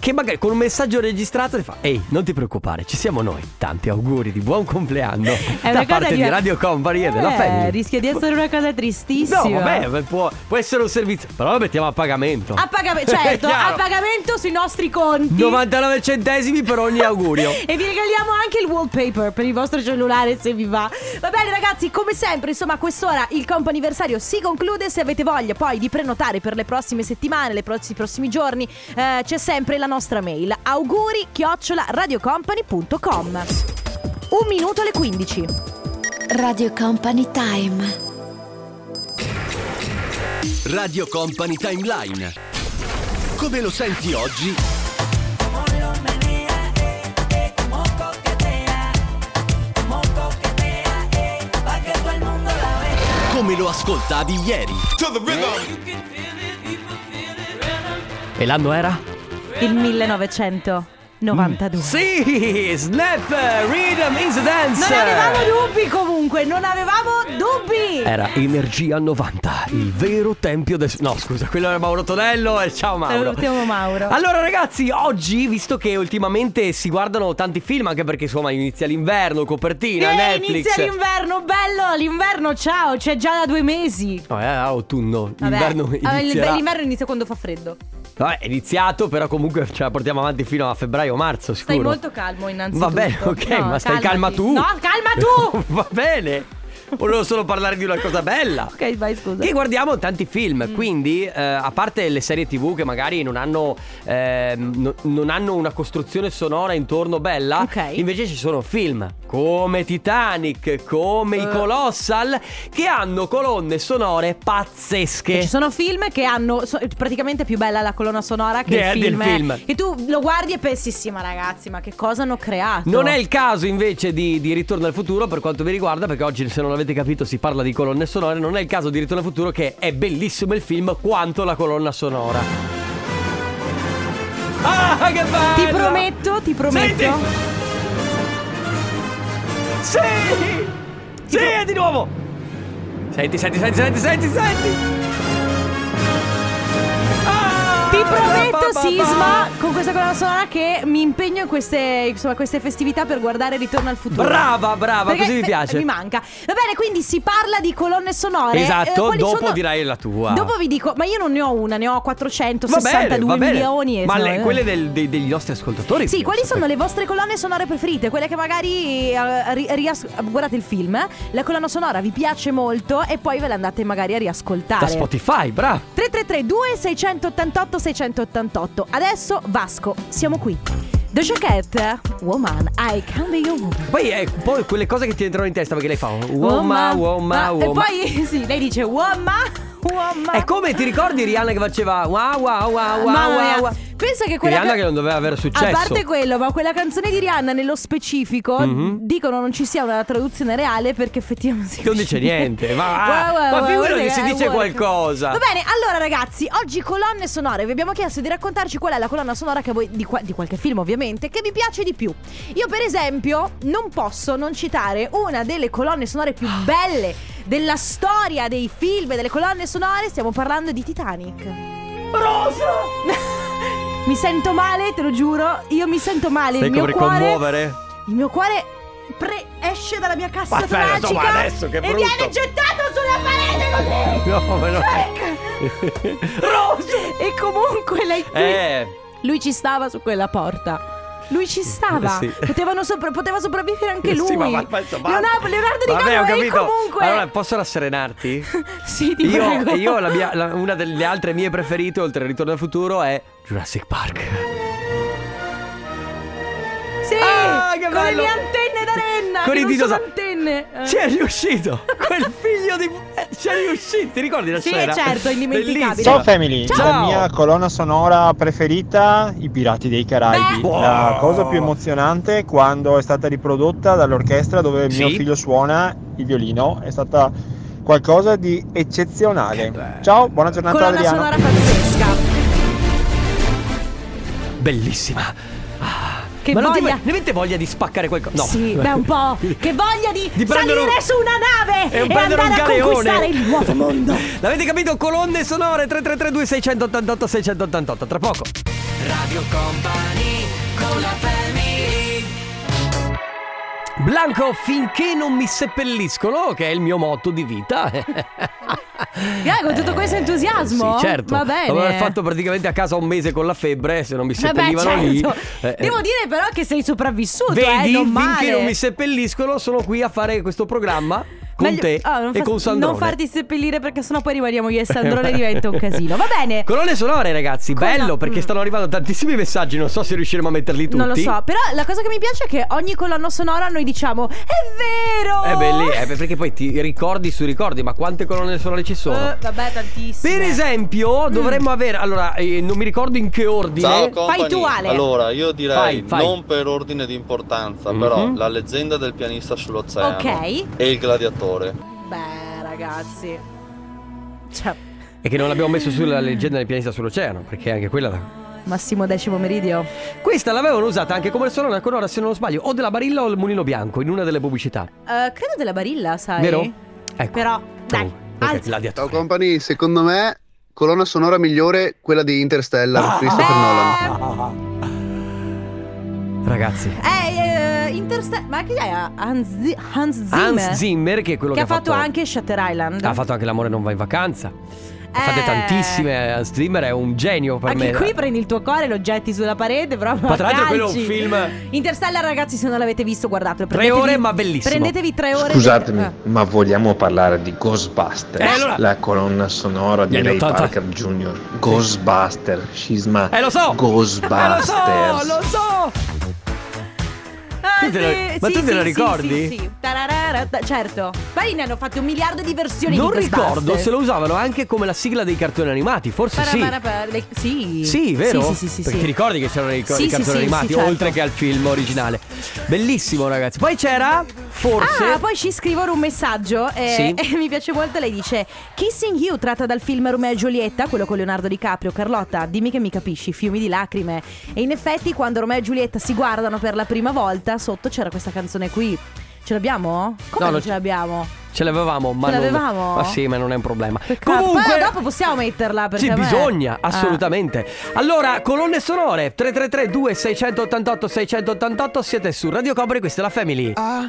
[SPEAKER 1] che magari con un messaggio registrato ti fa Ehi, non ti preoccupare, ci siamo noi. Tanti auguri di buon compleanno
[SPEAKER 2] È
[SPEAKER 1] da
[SPEAKER 2] una cosa
[SPEAKER 1] parte di
[SPEAKER 2] diver-
[SPEAKER 1] Radio Company e della
[SPEAKER 2] Eh,
[SPEAKER 1] Family.
[SPEAKER 2] Rischia di essere una cosa tristissima.
[SPEAKER 1] No, vabbè, può, può essere un servizio, però lo mettiamo a pagamento.
[SPEAKER 2] A pagamento,
[SPEAKER 1] È
[SPEAKER 2] certo, a
[SPEAKER 1] chiaro.
[SPEAKER 2] pagamento sui nostri conti.
[SPEAKER 1] 99 centesimi per ogni augurio.
[SPEAKER 2] E vi regaliamo anche il wallpaper per il vostro cellulare se vi va. Va bene ragazzi, come sempre, insomma, a quest'ora il comp anniversario si conclude. Se avete voglia poi di prenotare per le prossime settimane, le pross- i prossimi giorni, eh, c'è sempre la nostra mail. Auguri chiocciola radiocompany.com. Un minuto alle 15.
[SPEAKER 7] Radio Company Time.
[SPEAKER 8] Radio Company Timeline. Come lo senti oggi? Come lo ascoltavi ieri?
[SPEAKER 1] E l'anno era?
[SPEAKER 2] Il 1992.
[SPEAKER 1] Sì, Snap Rhythm is Dance.
[SPEAKER 2] Non avevamo dubbi comunque, non avevamo dubbi.
[SPEAKER 1] Era Energia 90, il vero tempio del... No, scusa, quello era Mauro Tonello e ciao Mauro.
[SPEAKER 2] Salutiamo Mauro.
[SPEAKER 1] Allora ragazzi, oggi, visto che ultimamente si guardano tanti film, anche perché insomma inizia l'inverno, copertina,
[SPEAKER 2] Eh,
[SPEAKER 1] Netflix...
[SPEAKER 2] inizia l'inverno, bello! L'inverno, ciao, c'è già da due mesi.
[SPEAKER 1] No, era autunno,
[SPEAKER 2] Vabbè,
[SPEAKER 1] l'inverno
[SPEAKER 2] eh, il-
[SPEAKER 1] inizierà.
[SPEAKER 2] l'inverno inizia quando fa freddo.
[SPEAKER 1] Vabbè, è iniziato, però comunque ce la portiamo avanti fino a febbraio-marzo, sicuro.
[SPEAKER 2] Stai molto calmo innanzitutto.
[SPEAKER 1] Va bene, ok,
[SPEAKER 2] No,
[SPEAKER 1] ma stai calma
[SPEAKER 2] calmati.
[SPEAKER 1] tu.
[SPEAKER 2] No, calma tu!
[SPEAKER 1] Va bene. Volevo solo parlare di una cosa bella.
[SPEAKER 2] Ok, vai, scusa.
[SPEAKER 1] Che guardiamo tanti film, quindi eh, a parte le serie tv che magari non hanno, ehm, no- non hanno una costruzione sonora intorno bella,
[SPEAKER 2] Ok.
[SPEAKER 1] invece ci sono film come Titanic, come i
[SPEAKER 2] Eh.
[SPEAKER 1] Colossal, che hanno colonne sonore pazzesche.
[SPEAKER 2] Ci sono film che hanno so- praticamente è più bella la colonna sonora che
[SPEAKER 1] Del-
[SPEAKER 2] il film,
[SPEAKER 1] del film.
[SPEAKER 2] Che tu lo guardi e pensi, sì, ma ragazzi, ma che cosa hanno creato?
[SPEAKER 1] Non è il caso invece di, di Ritorno al futuro per quanto mi riguarda, perché oggi se non l'avete capito si parla di colonne sonore, non è il caso di Ritorno al futuro che è bellissimo il film quanto la colonna sonora. Ah, che bello!
[SPEAKER 2] Ti prometto, ti prometto.
[SPEAKER 1] Senti! Sì! Sì, è di nuovo! Senti, senti, senti, senti, senti, senti! Ah,
[SPEAKER 2] Ti
[SPEAKER 1] ba, ba,
[SPEAKER 2] prometto,
[SPEAKER 1] ba.
[SPEAKER 2] Sisma, con questa colonna sonora che mi impegno in queste, insomma, queste festività per guardare Ritorno al futuro.
[SPEAKER 1] Brava, brava,
[SPEAKER 2] Perché
[SPEAKER 1] così mi
[SPEAKER 2] fe-
[SPEAKER 1] piace.
[SPEAKER 2] Mi manca. Va bene, quindi si parla di colonne sonore. eh,
[SPEAKER 1] Esatto,
[SPEAKER 2] quali
[SPEAKER 1] dopo
[SPEAKER 2] sono-
[SPEAKER 1] dirai la tua.
[SPEAKER 2] Dopo vi dico, ma io non ne ho una, ne ho
[SPEAKER 1] Va bene,
[SPEAKER 2] 462
[SPEAKER 1] va bene.
[SPEAKER 2] milioni. e
[SPEAKER 1] Ma le-
[SPEAKER 2] insomma,
[SPEAKER 1] quelle del- dei- degli nostri ascoltatori.
[SPEAKER 2] Sì, quali sono
[SPEAKER 1] sapere.
[SPEAKER 2] le vostre colonne sonore preferite? Quelle che magari eh, ri- rias- guardate il film, eh, la colonna sonora vi piace molto e poi ve la andate magari a
[SPEAKER 1] Da
[SPEAKER 2] riascoltare.
[SPEAKER 1] Spotify, bravo.
[SPEAKER 2] 3332 688 688. Adesso Vasco, siamo qui. Doja Cat, Woman, I can be your woman.
[SPEAKER 1] Poi, eh, poi quelle cose che ti entrano in testa perché lei fa uoma, uoma,
[SPEAKER 2] Ma- E
[SPEAKER 1] uoma.
[SPEAKER 2] poi sì, lei dice woman, woman.
[SPEAKER 1] È come ti ricordi Rihanna che faceva wow wow wow wow
[SPEAKER 2] Ah, Mamma mia.
[SPEAKER 1] wow.
[SPEAKER 2] Pensa che quella
[SPEAKER 1] Rihanna
[SPEAKER 2] ca-
[SPEAKER 1] che non doveva avere
[SPEAKER 2] A
[SPEAKER 1] successo.
[SPEAKER 2] parte quello, ma quella canzone di Rihanna nello specifico
[SPEAKER 1] Mhm.
[SPEAKER 2] dicono non ci sia una traduzione reale perché effettivamente si
[SPEAKER 1] Non dice
[SPEAKER 2] capisce
[SPEAKER 1] niente, ma va. ah,
[SPEAKER 2] Wow, wow,
[SPEAKER 1] Ma
[SPEAKER 2] wow,
[SPEAKER 1] figurati
[SPEAKER 2] guarda
[SPEAKER 1] se
[SPEAKER 2] che-
[SPEAKER 1] dice
[SPEAKER 2] guarda che-
[SPEAKER 1] qualcosa.
[SPEAKER 2] Va bene, allora ragazzi, oggi colonne sonore, vi abbiamo chiesto di raccontarci qual è la colonna sonora che a voi di, qua- di qualche film, ovviamente, che vi piace di più. Io per esempio non posso non citare una delle colonne sonore più belle della storia dei film e delle colonne sonore, stiamo parlando di Titanic. Rosa! mi sento male, te lo giuro, io mi sento male,
[SPEAKER 1] Sai
[SPEAKER 2] il mio
[SPEAKER 1] come
[SPEAKER 2] cuore
[SPEAKER 1] commuovere?
[SPEAKER 2] il mio cuore pre- esce dalla mia
[SPEAKER 1] Ma
[SPEAKER 2] cassa
[SPEAKER 1] fai-
[SPEAKER 2] toracica
[SPEAKER 1] insomma, adesso, che
[SPEAKER 2] e
[SPEAKER 1] brutto.
[SPEAKER 2] viene gettato sulla parete così.
[SPEAKER 1] No, ma no.
[SPEAKER 2] Rosa! E comunque lei lui,
[SPEAKER 1] Eh.
[SPEAKER 2] lui ci stava su quella porta. Lui ci stava,
[SPEAKER 1] Sì.
[SPEAKER 2] Potevano sopra- poteva sopravvivere anche lui.
[SPEAKER 1] Sì, ma va- ma insomma-
[SPEAKER 2] Leonardo, Leonardo
[SPEAKER 1] Vabbè, ho
[SPEAKER 2] DiCaprio e
[SPEAKER 1] capito.
[SPEAKER 2] comunque.
[SPEAKER 1] Allora, posso rasserenarti?
[SPEAKER 2] sì, ti prego.
[SPEAKER 1] Io, io la mia- la- una delle altre mie preferite, oltre al Ritorno al futuro, è Jurassic Park.
[SPEAKER 2] Sì,
[SPEAKER 1] Ah, che
[SPEAKER 2] con le
[SPEAKER 1] bello.
[SPEAKER 2] mie antenne da renna.
[SPEAKER 1] Con
[SPEAKER 2] che
[SPEAKER 1] i
[SPEAKER 2] non
[SPEAKER 1] dinosauri.
[SPEAKER 2] sono antenne. Eh.
[SPEAKER 1] C'è riuscito! Quel figlio di. C'è riuscito! Ti ricordi la
[SPEAKER 2] Sì,
[SPEAKER 1] scena?
[SPEAKER 2] certo, indimenticabile.
[SPEAKER 1] Bellissima.
[SPEAKER 9] Ciao family,
[SPEAKER 1] Ciao.
[SPEAKER 9] la mia colonna sonora preferita, I Pirati dei Caraibi.
[SPEAKER 1] Beh.
[SPEAKER 9] La
[SPEAKER 1] Wow.
[SPEAKER 9] cosa più emozionante quando è stata riprodotta dall'orchestra dove
[SPEAKER 1] Sì.
[SPEAKER 9] mio figlio suona il violino è stata qualcosa di
[SPEAKER 1] Che bello.
[SPEAKER 9] eccezionale. Ciao, buona giornata
[SPEAKER 2] Colonna
[SPEAKER 9] Adriano.
[SPEAKER 2] sonora pazzesca.
[SPEAKER 1] Bellissima. Ah.
[SPEAKER 2] Che
[SPEAKER 1] Ma non
[SPEAKER 2] voglia.
[SPEAKER 1] ti ne avete voglia di spaccare qualcosa? No.
[SPEAKER 2] Sì, beh, un po'. Che voglia di,
[SPEAKER 1] Di prendere
[SPEAKER 2] salire
[SPEAKER 1] un-
[SPEAKER 2] su una nave e,
[SPEAKER 1] E prendere
[SPEAKER 2] andare
[SPEAKER 1] un
[SPEAKER 2] a
[SPEAKER 1] galeone.
[SPEAKER 2] conquistare il nuovo mondo.
[SPEAKER 1] L'avete capito? Colonne sonore 3332 688 688 Tra poco Blanco finché non mi seppelliscono Che è il mio motto di vita Eh,
[SPEAKER 2] Dai, con tutto questo entusiasmo?
[SPEAKER 1] Sì, certo
[SPEAKER 2] Va bene.
[SPEAKER 1] Dopo aver fatto praticamente a casa un mese con la febbre Se non mi
[SPEAKER 2] Vabbè,
[SPEAKER 1] seppellivano
[SPEAKER 2] certo.
[SPEAKER 1] lì eh, eh.
[SPEAKER 2] Devo dire però che sei sopravvissuto,
[SPEAKER 1] Vedi,
[SPEAKER 2] eh, non male.
[SPEAKER 1] finché non mi seppelliscono Sono qui a fare questo programma Con
[SPEAKER 2] Meglio-
[SPEAKER 1] te
[SPEAKER 2] Ah, non
[SPEAKER 1] e
[SPEAKER 2] fa-
[SPEAKER 1] con Sandrone Eh,
[SPEAKER 2] Non farti seppellire perché sennò poi rimaniamo io e Sandrone e diventa un casino. Va bene.
[SPEAKER 1] Colonne sonore, ragazzi,
[SPEAKER 2] Colonna-
[SPEAKER 1] bello perché
[SPEAKER 2] Mm.
[SPEAKER 1] stanno arrivando tantissimi messaggi, non so se riusciremo a metterli tutti.
[SPEAKER 2] Non lo so, però la cosa che mi piace è che ogni colonna sonora noi diciamo è vero.
[SPEAKER 1] Eh beh, lì, eh, beh, perché poi ti ricordi su ricordi, ma quante colonne sonore ci sono?
[SPEAKER 2] Eh, vabbè, Mm. tantissimo.
[SPEAKER 1] per esempio, dovremmo avere. Allora, eh, non mi ricordo in che ordine.
[SPEAKER 10] Ciao
[SPEAKER 2] Fai
[SPEAKER 10] company.
[SPEAKER 2] tu, Ale.
[SPEAKER 10] Allora, io direi
[SPEAKER 1] Fai, fai.
[SPEAKER 10] non per ordine di importanza,
[SPEAKER 1] Mhm.
[SPEAKER 10] però la leggenda del pianista sull'oceano
[SPEAKER 2] Ok.
[SPEAKER 10] e il gladiatore.
[SPEAKER 2] Beh, ragazzi. Cioè,
[SPEAKER 1] E che non l'abbiamo messo sulla leggenda del pianista sull'oceano, perché anche quella. da-
[SPEAKER 2] Massimo decimo meridio.
[SPEAKER 1] Questa l'avevano usata anche come sonora colonna, se non sbaglio, o della Barilla o del Mulino Bianco, in una delle pubblicità.
[SPEAKER 2] Eh, credo della Barilla, sai.
[SPEAKER 1] Vero? Ecco.
[SPEAKER 2] Però, dai.
[SPEAKER 1] Comunque, ok,
[SPEAKER 2] alzi-
[SPEAKER 1] la dietro.
[SPEAKER 11] Ciao company, secondo me colonna sonora migliore quella di Interstellar,
[SPEAKER 2] Ah,
[SPEAKER 11] Christopher Nolan.
[SPEAKER 1] Ah, Ragazzi.
[SPEAKER 2] Eh, eh, Interstellar. Ma che è Hans, Zi- Hans Zimmer?
[SPEAKER 1] Hans Zimmer, che è quello che,
[SPEAKER 2] che ha fatto anche Shutter Island.
[SPEAKER 1] Ha fatto anche L'amore non va in vacanza. Ne fate
[SPEAKER 2] Eh.
[SPEAKER 1] tantissime. eh, Streamer è un genio per
[SPEAKER 2] Anche
[SPEAKER 1] me.
[SPEAKER 2] qui prendi il tuo cuore, lo getti sulla parete, proprio.
[SPEAKER 1] Ma
[SPEAKER 2] a
[SPEAKER 1] tra l'altro quello è un
[SPEAKER 2] calci.
[SPEAKER 1] film-
[SPEAKER 2] Interstellar, ragazzi, se non l'avete visto, guardatelo.
[SPEAKER 1] Tre
[SPEAKER 2] Prendetevi-
[SPEAKER 1] ore, ma bellissimo.
[SPEAKER 2] Prendetevi tre ore.
[SPEAKER 12] Scusatemi,
[SPEAKER 2] Eh.
[SPEAKER 12] ma vogliamo parlare di Ghostbusters?
[SPEAKER 1] Eh, allora-
[SPEAKER 12] La colonna sonora
[SPEAKER 1] Gli
[SPEAKER 12] di
[SPEAKER 1] anni
[SPEAKER 12] Ray
[SPEAKER 1] 80.
[SPEAKER 12] Parker Jr. Ghostbusters, scisma.
[SPEAKER 1] Eh, lo so!
[SPEAKER 12] Ghostbusters.
[SPEAKER 1] Eh, lo so, lo so.
[SPEAKER 2] Ah,
[SPEAKER 1] Tu te lo-
[SPEAKER 2] sì,
[SPEAKER 1] ma
[SPEAKER 2] sì,
[SPEAKER 1] tu te
[SPEAKER 2] sì,
[SPEAKER 1] lo
[SPEAKER 2] sì,
[SPEAKER 1] ricordi?
[SPEAKER 2] Sì, sì. Tararara, ta- certo. Poi ne hanno fatto un miliardo di versioni
[SPEAKER 1] Non
[SPEAKER 2] di Ghostbusters.
[SPEAKER 1] ricordo se lo usavano anche come la sigla dei cartoni animati, forse sì.
[SPEAKER 2] Parabarabara- le- sì.
[SPEAKER 1] Sì, vero?
[SPEAKER 2] Sì, sì, sì, sì,
[SPEAKER 1] Perché
[SPEAKER 2] sì.
[SPEAKER 1] ti ricordi che c'erano i, co- i
[SPEAKER 2] Sì, sì,
[SPEAKER 1] cartoni
[SPEAKER 2] sì,
[SPEAKER 1] animati,
[SPEAKER 2] sì, certo.
[SPEAKER 1] oltre che al film originale. Bellissimo, ragazzi. Poi c'era, forse.
[SPEAKER 2] Ah, poi ci scrivono un messaggio eh,
[SPEAKER 1] Sì.
[SPEAKER 2] e, mi piace molto. Lei dice: Kissing You tratta dal film Romeo e Giulietta, quello con Leonardo DiCaprio. Carlotta, dimmi che mi capisci, fiumi di lacrime. E in effetti, quando Romeo e Giulietta si guardano per la prima volta, sotto c'era questa canzone qui. Ce l'abbiamo?
[SPEAKER 1] No,
[SPEAKER 2] Come non
[SPEAKER 1] non
[SPEAKER 2] ce
[SPEAKER 1] ce-
[SPEAKER 2] l'abbiamo?
[SPEAKER 1] Ce l'avevamo, ma
[SPEAKER 2] Ce
[SPEAKER 1] non-
[SPEAKER 2] l'avevamo?
[SPEAKER 1] Ma sì, ma non è un problema.
[SPEAKER 2] Peccato.
[SPEAKER 1] Comunque,
[SPEAKER 2] Poi dopo possiamo metterla perché
[SPEAKER 1] Sì,
[SPEAKER 2] a me-
[SPEAKER 1] bisogna,
[SPEAKER 2] Ah.
[SPEAKER 1] assolutamente. Allora, colonne sonore 333 2688 688 siete su Radio Cobra, questa è la Family.
[SPEAKER 2] Ah,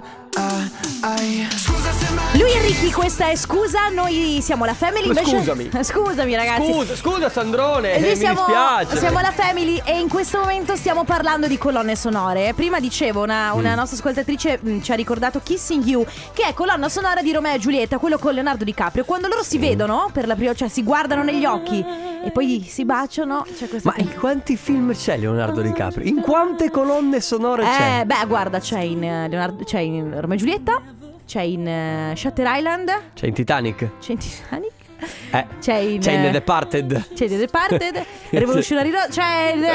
[SPEAKER 2] Lui è Ricky, questa è scusa, noi siamo la family
[SPEAKER 1] Ma
[SPEAKER 2] invece...
[SPEAKER 1] scusami.
[SPEAKER 2] Scusami ragazzi.
[SPEAKER 1] Scusa, scusa Sandrone,
[SPEAKER 2] E
[SPEAKER 1] eh,
[SPEAKER 2] noi
[SPEAKER 1] mi
[SPEAKER 2] siamo,
[SPEAKER 1] dispiace.
[SPEAKER 2] siamo la Family e in questo momento stiamo parlando di colonne sonore. Prima dicevo, una, una
[SPEAKER 1] Mm.
[SPEAKER 2] nostra ascoltatrice mm, ci ha ricordato Kissing You, che è colonna sonora di Romeo e Giulietta, quello con Leonardo DiCaprio. Quando loro
[SPEAKER 1] Mm.
[SPEAKER 2] si vedono per la prima, cioè si guardano negli occhi e poi si baciano, c'è questa
[SPEAKER 1] Ma in quanti film c'è Leonardo DiCaprio? In quante colonne sonore c'è?
[SPEAKER 2] Eh, beh, guarda, c'è in eh, Leonardo- c'è in Romeo e Giulietta, c'è in eh, Shutter Island,
[SPEAKER 1] C'è in Titanic.
[SPEAKER 2] c'è in Titanic,
[SPEAKER 1] Eh.
[SPEAKER 2] c'è in
[SPEAKER 1] C'è in The
[SPEAKER 2] eh,
[SPEAKER 1] Departed.
[SPEAKER 2] C'è The Departed, Revolutionary Road, c'è il...
[SPEAKER 1] Eh,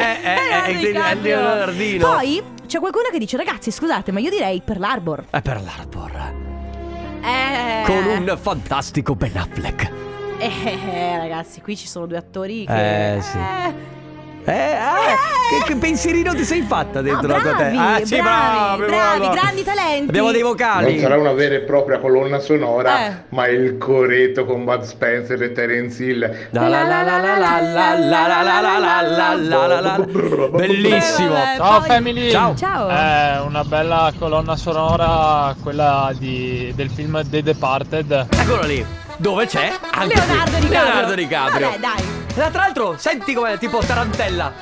[SPEAKER 1] eh, eh, eh,
[SPEAKER 2] Leonardo
[SPEAKER 1] eh,
[SPEAKER 2] DiCaprio.
[SPEAKER 1] Leonardino.
[SPEAKER 2] Poi c'è qualcuno che dice, ragazzi, scusate, ma io direi per l'Arbor.
[SPEAKER 1] È per l'Arbor.
[SPEAKER 2] Eh,
[SPEAKER 1] Con un fantastico Ben Affleck.
[SPEAKER 2] Eh, eh, eh, ragazzi, qui ci sono due attori che...
[SPEAKER 1] Eh, sì.
[SPEAKER 2] Eh,
[SPEAKER 1] Eh, ah, che, che pensierino ti sei fatta dentro
[SPEAKER 2] no,
[SPEAKER 1] la tua
[SPEAKER 2] bravi,
[SPEAKER 1] testa? Ah, sì,
[SPEAKER 2] bravi,
[SPEAKER 1] bravi,
[SPEAKER 2] bravi,
[SPEAKER 1] bravo.
[SPEAKER 2] grandi talenti.
[SPEAKER 1] Abbiamo dei vocali.
[SPEAKER 13] Non sarà una vera e propria colonna sonora,
[SPEAKER 2] Eh.
[SPEAKER 13] ma il coreto con Bud Spencer e Terence Hill.
[SPEAKER 1] La la la la la la la la la la la la la la la la la. Bellissimo.
[SPEAKER 2] Eh, vabbè,
[SPEAKER 9] Ciao
[SPEAKER 2] poi-
[SPEAKER 9] family!
[SPEAKER 1] Ciao.
[SPEAKER 2] Ciao.
[SPEAKER 9] È una bella colonna sonora quella di- del film The Departed.
[SPEAKER 1] Eccolo lì. Dove c'è? Anche qui.
[SPEAKER 2] Leonardo DiCaprio.
[SPEAKER 1] Leonardo DiCaprio.
[SPEAKER 2] Vabbè, dai.
[SPEAKER 1] Ma Tra l'altro, senti com'è tipo tarantella.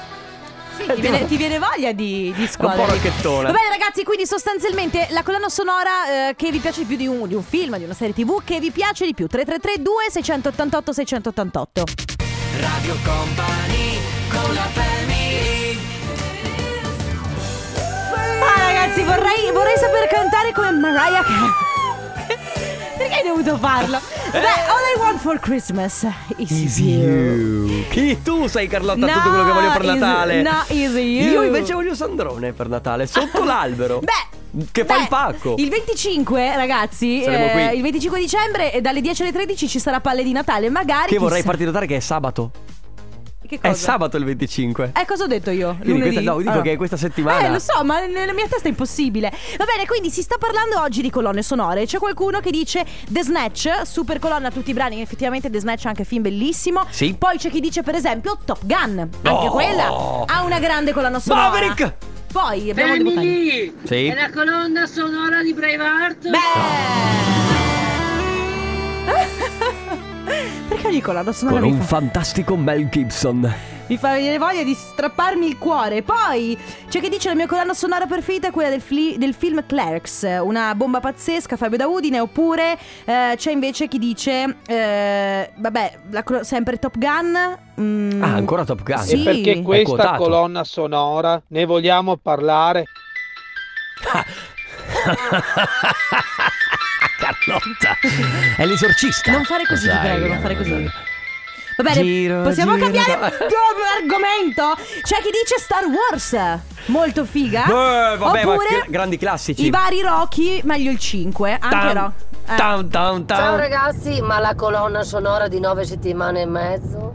[SPEAKER 2] Sì, ti, viene, ti viene voglia di, di scuola.
[SPEAKER 1] Un po' rocchettona.
[SPEAKER 2] Va bene, ragazzi, quindi sostanzialmente la colonna sonora eh, che vi piace di più di un, di un film, di una serie TV, che vi piace di più. 3332 688 688.
[SPEAKER 3] Radio Company con la family.
[SPEAKER 2] Ah, ragazzi, vorrei, vorrei saper cantare come Mariah Carey. Perché hai dovuto farlo?
[SPEAKER 1] Eh.
[SPEAKER 2] Beh, All I Want for Christmas is you.
[SPEAKER 1] Chi tu sei Carlotta
[SPEAKER 2] No,
[SPEAKER 1] tutto quello che voglio per
[SPEAKER 2] is-
[SPEAKER 1] Natale?
[SPEAKER 2] no, is you.
[SPEAKER 1] Io invece voglio Sandrone per Natale, sotto l'albero.
[SPEAKER 2] Ah. Beh,
[SPEAKER 1] Che fa
[SPEAKER 2] beh,
[SPEAKER 1] il pacco.
[SPEAKER 2] Il 25, ragazzi, eh,
[SPEAKER 1] Saremo qui.
[SPEAKER 2] il 25 dicembre eh, dalle 10 alle 13 ci sarà palle di Natale, magari
[SPEAKER 1] Che vorrei
[SPEAKER 2] chissà-
[SPEAKER 1] farti notare che è sabato.
[SPEAKER 2] Che
[SPEAKER 1] È
[SPEAKER 2] cosa?
[SPEAKER 1] sabato il 25.
[SPEAKER 2] Eh, cosa ho detto io?
[SPEAKER 1] Eh, Quindi
[SPEAKER 2] Lunedì?
[SPEAKER 1] questa- no, dico
[SPEAKER 2] Ah.
[SPEAKER 1] che è questa settimana.
[SPEAKER 2] Eh, lo so, ma nella mia testa è impossibile. Va bene, quindi si sta parlando oggi di colonne sonore. C'è qualcuno che dice The Snatch, super colonna a tutti i brani. Effettivamente The Snatch è anche film bellissimo.
[SPEAKER 1] Sì.
[SPEAKER 2] Poi c'è chi dice, per esempio, Top Gun. Anche
[SPEAKER 1] Oh.
[SPEAKER 2] quella ha una grande colonna sonora.
[SPEAKER 1] Maverick!
[SPEAKER 2] Poi abbiamo dei vocali.
[SPEAKER 1] Sì.
[SPEAKER 14] la colonna sonora di Braveheart.
[SPEAKER 2] Perché ogni colonna sonora
[SPEAKER 1] Con
[SPEAKER 2] mi
[SPEAKER 1] un
[SPEAKER 2] fa,
[SPEAKER 1] fantastico Mel Gibson.
[SPEAKER 2] mi fa venire voglia di strapparmi il cuore? Poi c'è chi dice la mia colonna sonora preferita è quella del, fli- del film Clerks, una bomba pazzesca, Fabio Daudine. Oppure eh, c'è invece chi dice, eh, vabbè, la colo- sempre Top Gun. mm,
[SPEAKER 1] Ah, ancora Top Gun.
[SPEAKER 2] Sì.
[SPEAKER 15] E perché
[SPEAKER 2] È
[SPEAKER 15] questa
[SPEAKER 1] quotato.
[SPEAKER 15] colonna sonora ne vogliamo parlare?
[SPEAKER 1] Carlotta è l'esorcista.
[SPEAKER 2] Non fare così, ti prego, non fare così. Va bene,
[SPEAKER 1] Giro,
[SPEAKER 2] possiamo
[SPEAKER 1] giro,
[SPEAKER 2] cambiare
[SPEAKER 1] no.
[SPEAKER 2] proprio argomento? C'è chi dice Star Wars, molto figa.
[SPEAKER 1] Beh, Eh, vabbè, ma
[SPEAKER 2] Oppure
[SPEAKER 1] che- grandi classici.
[SPEAKER 2] I vari Rocky, meglio il 5. Anche
[SPEAKER 1] Tam,
[SPEAKER 2] no. Eh.
[SPEAKER 1] tam, tam, tam.
[SPEAKER 14] Ciao ragazzi, ma la colonna sonora di nove settimane e mezzo?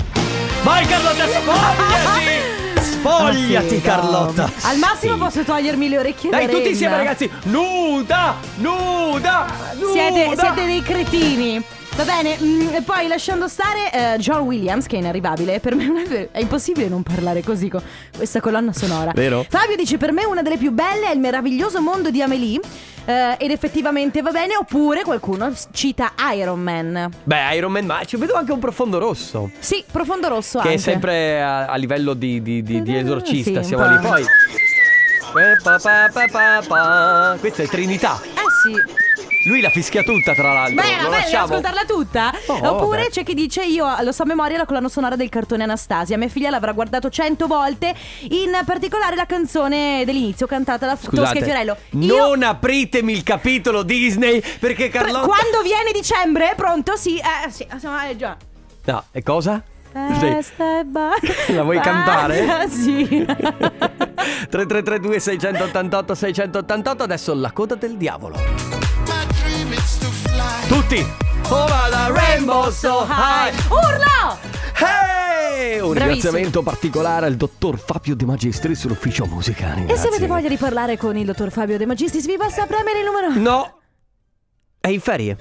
[SPEAKER 1] Vai Carlotta, sfogliati! Sfogliati Carlotta!
[SPEAKER 2] Ah, Al massimo posso togliermi le orecchie
[SPEAKER 1] Dai
[SPEAKER 2] da
[SPEAKER 1] tutti
[SPEAKER 2] renna.
[SPEAKER 1] insieme ragazzi! Nuda! Nuda! nuda.
[SPEAKER 2] Siete, siete dei cretini. Va bene, mm, e poi lasciando stare eh, John Williams, che è inarrivabile, per me non è, è impossibile non parlare così con questa colonna sonora.
[SPEAKER 1] Vero?
[SPEAKER 2] Fabio dice: Per me una delle più belle è il meraviglioso mondo di Amélie. eh, ed effettivamente va bene, oppure qualcuno s- cita Iron Man.
[SPEAKER 1] Beh, Iron Man, ma ci vedo anche un profondo rosso.
[SPEAKER 2] Sì, profondo rosso
[SPEAKER 1] Che
[SPEAKER 2] anche.
[SPEAKER 1] è sempre a, a livello di, di- di- di esorcista,
[SPEAKER 2] Sì,
[SPEAKER 1] siamo
[SPEAKER 2] un
[SPEAKER 1] lì.
[SPEAKER 2] po'.
[SPEAKER 1] Poi. Eh, pa, pa, pa, pa, pa. Questa è Trinità.
[SPEAKER 2] Eh sì.
[SPEAKER 1] Lui la fischia tutta, tra l'altro. Lo
[SPEAKER 2] Beh, vabbè, devo
[SPEAKER 1] lasciamo.
[SPEAKER 2] ascoltarla tutta.
[SPEAKER 1] Oh,
[SPEAKER 2] Oppure
[SPEAKER 1] vabbè.
[SPEAKER 2] c'è chi dice: Io eh, lo so a memoria la colonna sonora del cartone Anastasia. Mia figlia l'avrà guardato cento volte. In particolare la canzone dell'inizio, cantata da Tosca e Fiorello. Io.
[SPEAKER 1] non apritemi il capitolo Disney perché
[SPEAKER 2] Pre-
[SPEAKER 1] Carlotta...
[SPEAKER 2] Quando viene dicembre, pronto? Sì, eh, sì, insomma, è già.
[SPEAKER 1] No, e cosa? Sì.
[SPEAKER 2] Festa e ba-
[SPEAKER 1] La vuoi cantare?
[SPEAKER 2] Ah, Sì.
[SPEAKER 1] 3332 688 688 adesso la coda del diavolo. Tutti! Ora da Rainbow so high!
[SPEAKER 2] Urla!
[SPEAKER 1] Hey! Un
[SPEAKER 2] Bravissimo.
[SPEAKER 1] ringraziamento particolare al dottor Fabio De Magistris, sull'ufficio musicale.
[SPEAKER 2] E se
[SPEAKER 1] Grazie.
[SPEAKER 2] avete voglia di parlare con il dottor Fabio De Magistris, vi basta premere il numero.
[SPEAKER 1] No! È in ferie.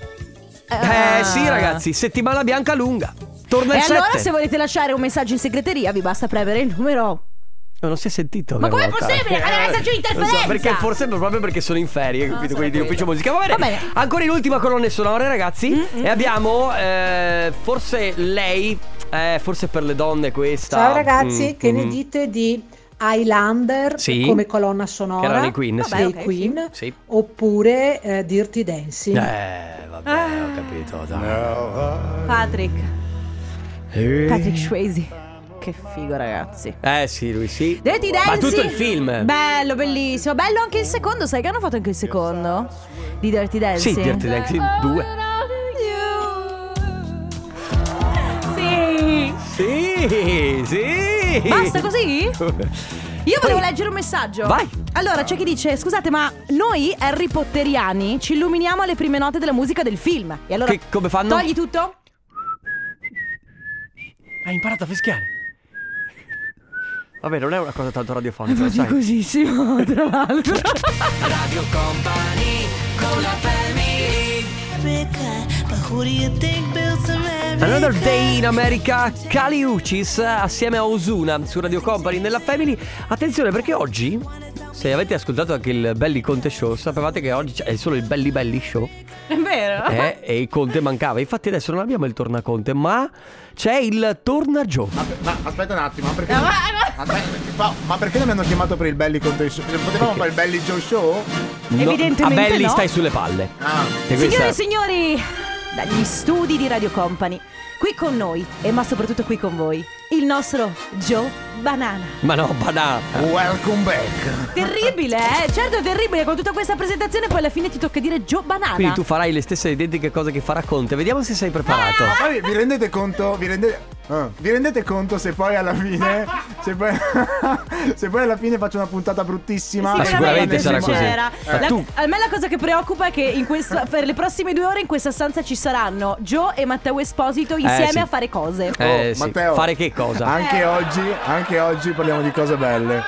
[SPEAKER 2] Ah.
[SPEAKER 1] Eh sì ragazzi, settimana bianca lunga. Torna
[SPEAKER 2] E
[SPEAKER 1] il 7.
[SPEAKER 2] allora, se volete lasciare un messaggio in segreteria, vi basta premere il numero.
[SPEAKER 1] No, non si è sentito.
[SPEAKER 2] Ma com'è
[SPEAKER 1] Carlotta.
[SPEAKER 2] possibile? Ma deve esserci un'interferenza!
[SPEAKER 1] Non so, perché forse proprio perché sono in ferie, capito? Quindi di ufficio musica. Va bene.
[SPEAKER 2] Va bene.
[SPEAKER 1] Ancora in ultima colonna sonora, ragazzi.
[SPEAKER 2] Mm, mm,
[SPEAKER 1] E abbiamo eh, forse lei. eh, forse per le donne questa.
[SPEAKER 16] Ciao ragazzi,
[SPEAKER 1] Mm,
[SPEAKER 16] che ne
[SPEAKER 1] mm.
[SPEAKER 16] dite di Highlander
[SPEAKER 1] Sì.
[SPEAKER 16] come colonna
[SPEAKER 1] Che
[SPEAKER 16] sonora
[SPEAKER 1] erano i Queen, sì.
[SPEAKER 16] dei Queen
[SPEAKER 1] Sì.
[SPEAKER 16] oppure eh, Dirty Dancing?
[SPEAKER 1] Eh, vabbè, ho capito. Dai.
[SPEAKER 2] Patrick.
[SPEAKER 1] Eh.
[SPEAKER 2] Patrick Swayze. Che figo, ragazzi.
[SPEAKER 1] Eh sì, lui sì.
[SPEAKER 2] Dirty Dancing.
[SPEAKER 1] Ma tutto il film.
[SPEAKER 2] Bello, bellissimo. Bello anche il secondo, sai che hanno fatto anche il secondo? Di Dirty
[SPEAKER 1] sì,
[SPEAKER 2] Dancing.
[SPEAKER 1] Dirty Dancing 2.
[SPEAKER 16] Oh.
[SPEAKER 2] Sì.
[SPEAKER 1] Sì, sì.
[SPEAKER 2] Basta così? Io volevo leggere un messaggio.
[SPEAKER 1] Vai.
[SPEAKER 2] Allora, c'è chi dice: Scusate, ma noi Harry Potteriani ci illuminiamo alle prime note della musica del film. E allora.
[SPEAKER 1] Che- come fanno?
[SPEAKER 2] Togli tutto?
[SPEAKER 1] Hai imparato a fischiare. Vabbè, non è una cosa tanto radiofonica, lo
[SPEAKER 2] Così,
[SPEAKER 1] sai.
[SPEAKER 2] cosissimo, tra l'altro.
[SPEAKER 3] Radio Company con la
[SPEAKER 1] Another Day in America, Kali Uchis assieme a Osuna su Radio Company nella Family. Attenzione perché oggi, se avete ascoltato anche il Belli Conte Show, sapevate che oggi è solo il Belli Belli Show
[SPEAKER 2] È vero?
[SPEAKER 1] eh, e il Conte mancava. Infatti adesso non abbiamo il Tornaconte, ma c'è il Tornagio.
[SPEAKER 17] Ma aspetta un attimo, ma perché. Aspetta, ma- ma perché non mi hanno chiamato per il belly contro i show? Potevamo fare il belly Joe show?
[SPEAKER 1] No,
[SPEAKER 2] Evidentemente
[SPEAKER 1] A Belli
[SPEAKER 2] no.
[SPEAKER 1] stai sulle palle.
[SPEAKER 17] Ah.
[SPEAKER 1] E questa-
[SPEAKER 2] Signore e signori, dagli studi di Radio Company, qui con noi e ma soprattutto qui con voi, il nostro Joe Banana.
[SPEAKER 1] Ma no,
[SPEAKER 2] Ah,
[SPEAKER 1] banana.
[SPEAKER 17] Welcome back.
[SPEAKER 2] Terribile, eh? Certo è terribile, con tutta questa presentazione poi alla fine ti tocca dire Joe Banana.
[SPEAKER 1] Quindi tu farai le stesse identiche cose che farà Conte. Vediamo se sei preparato.
[SPEAKER 2] Ah!
[SPEAKER 17] Ma poi vi rendete conto? Vi rendete, ah, vi rendete conto se poi alla fine. Se poi, se poi alla fine faccio una puntata bruttissima.
[SPEAKER 1] Ma sicuramente sarà così.
[SPEAKER 2] C'era.
[SPEAKER 17] Eh,
[SPEAKER 2] La-
[SPEAKER 17] tu-
[SPEAKER 2] a me la cosa che preoccupa è che in questa- per le prossime due ore in questa stanza ci saranno Joe e Matteo Esposito insieme
[SPEAKER 17] sì.
[SPEAKER 2] a fare cose.
[SPEAKER 1] Eh,
[SPEAKER 17] Oh,
[SPEAKER 1] sì.
[SPEAKER 17] Matteo.
[SPEAKER 1] Fare che cosa?
[SPEAKER 17] Anche oggi, anche oggi parliamo di cose belle.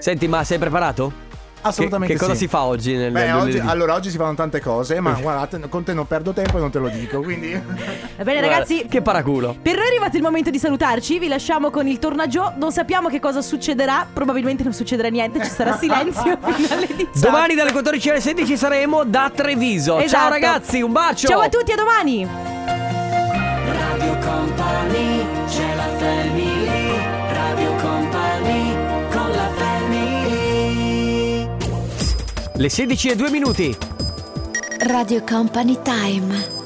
[SPEAKER 1] Senti, ma sei preparato?
[SPEAKER 17] Assolutamente
[SPEAKER 1] Che, che cosa
[SPEAKER 17] sì.
[SPEAKER 1] si fa oggi nel
[SPEAKER 17] Beh,
[SPEAKER 1] lunedì?
[SPEAKER 17] oggi, allora oggi si fanno tante cose, ma guardate, con te non perdo tempo e non te lo dico, quindi...
[SPEAKER 2] Va bene Eh, ragazzi,
[SPEAKER 1] Che paraculo.
[SPEAKER 2] per noi è arrivato il momento di salutarci, vi lasciamo con il tornaggio, non sappiamo che cosa succederà, probabilmente non succederà niente, ci sarà silenzio fino alle 10.
[SPEAKER 1] Domani dalle 14 alle 16 saremo da Treviso. Ciao
[SPEAKER 2] Esatto.
[SPEAKER 1] ragazzi, un bacio.
[SPEAKER 2] Ciao a tutti, a domani!
[SPEAKER 3] Radio Company, c'è la family, Radio Company con la family.
[SPEAKER 1] Le 16 e 2 minuti.
[SPEAKER 7] Radio Company Time.